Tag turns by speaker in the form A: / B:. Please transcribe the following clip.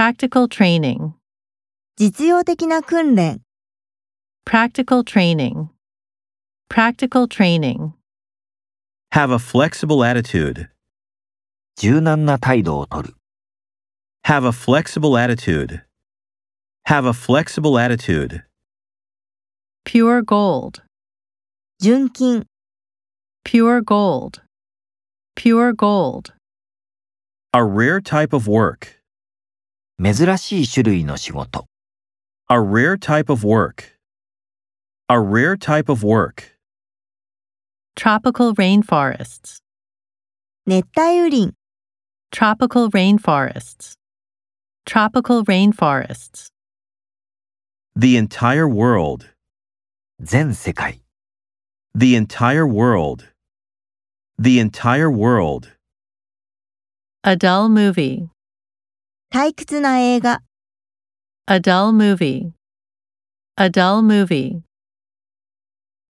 A: Practical training.
B: 実用的な訓練、
A: Practical training. Practical training.
C: Have a flexible attitude.
D: 柔軟な態度をとる。
C: Have a flexible attitude. Have a flexible attitude.
A: Pure gold.
B: 純金、
A: Pure gold. Pure gold.
C: A rare type of work.
D: 珍しい種類の仕事。
C: A rare type of work. A rare type of work.
A: Tropical rainforests.
B: 熱帯雨林、
A: Tropical rainforests. Tropical rainforests.
C: The entire world.
D: 全世界。
C: The entire world. The entire world.
A: A dull movie.
B: 退屈な映画。
A: A dull movie. A dull movie.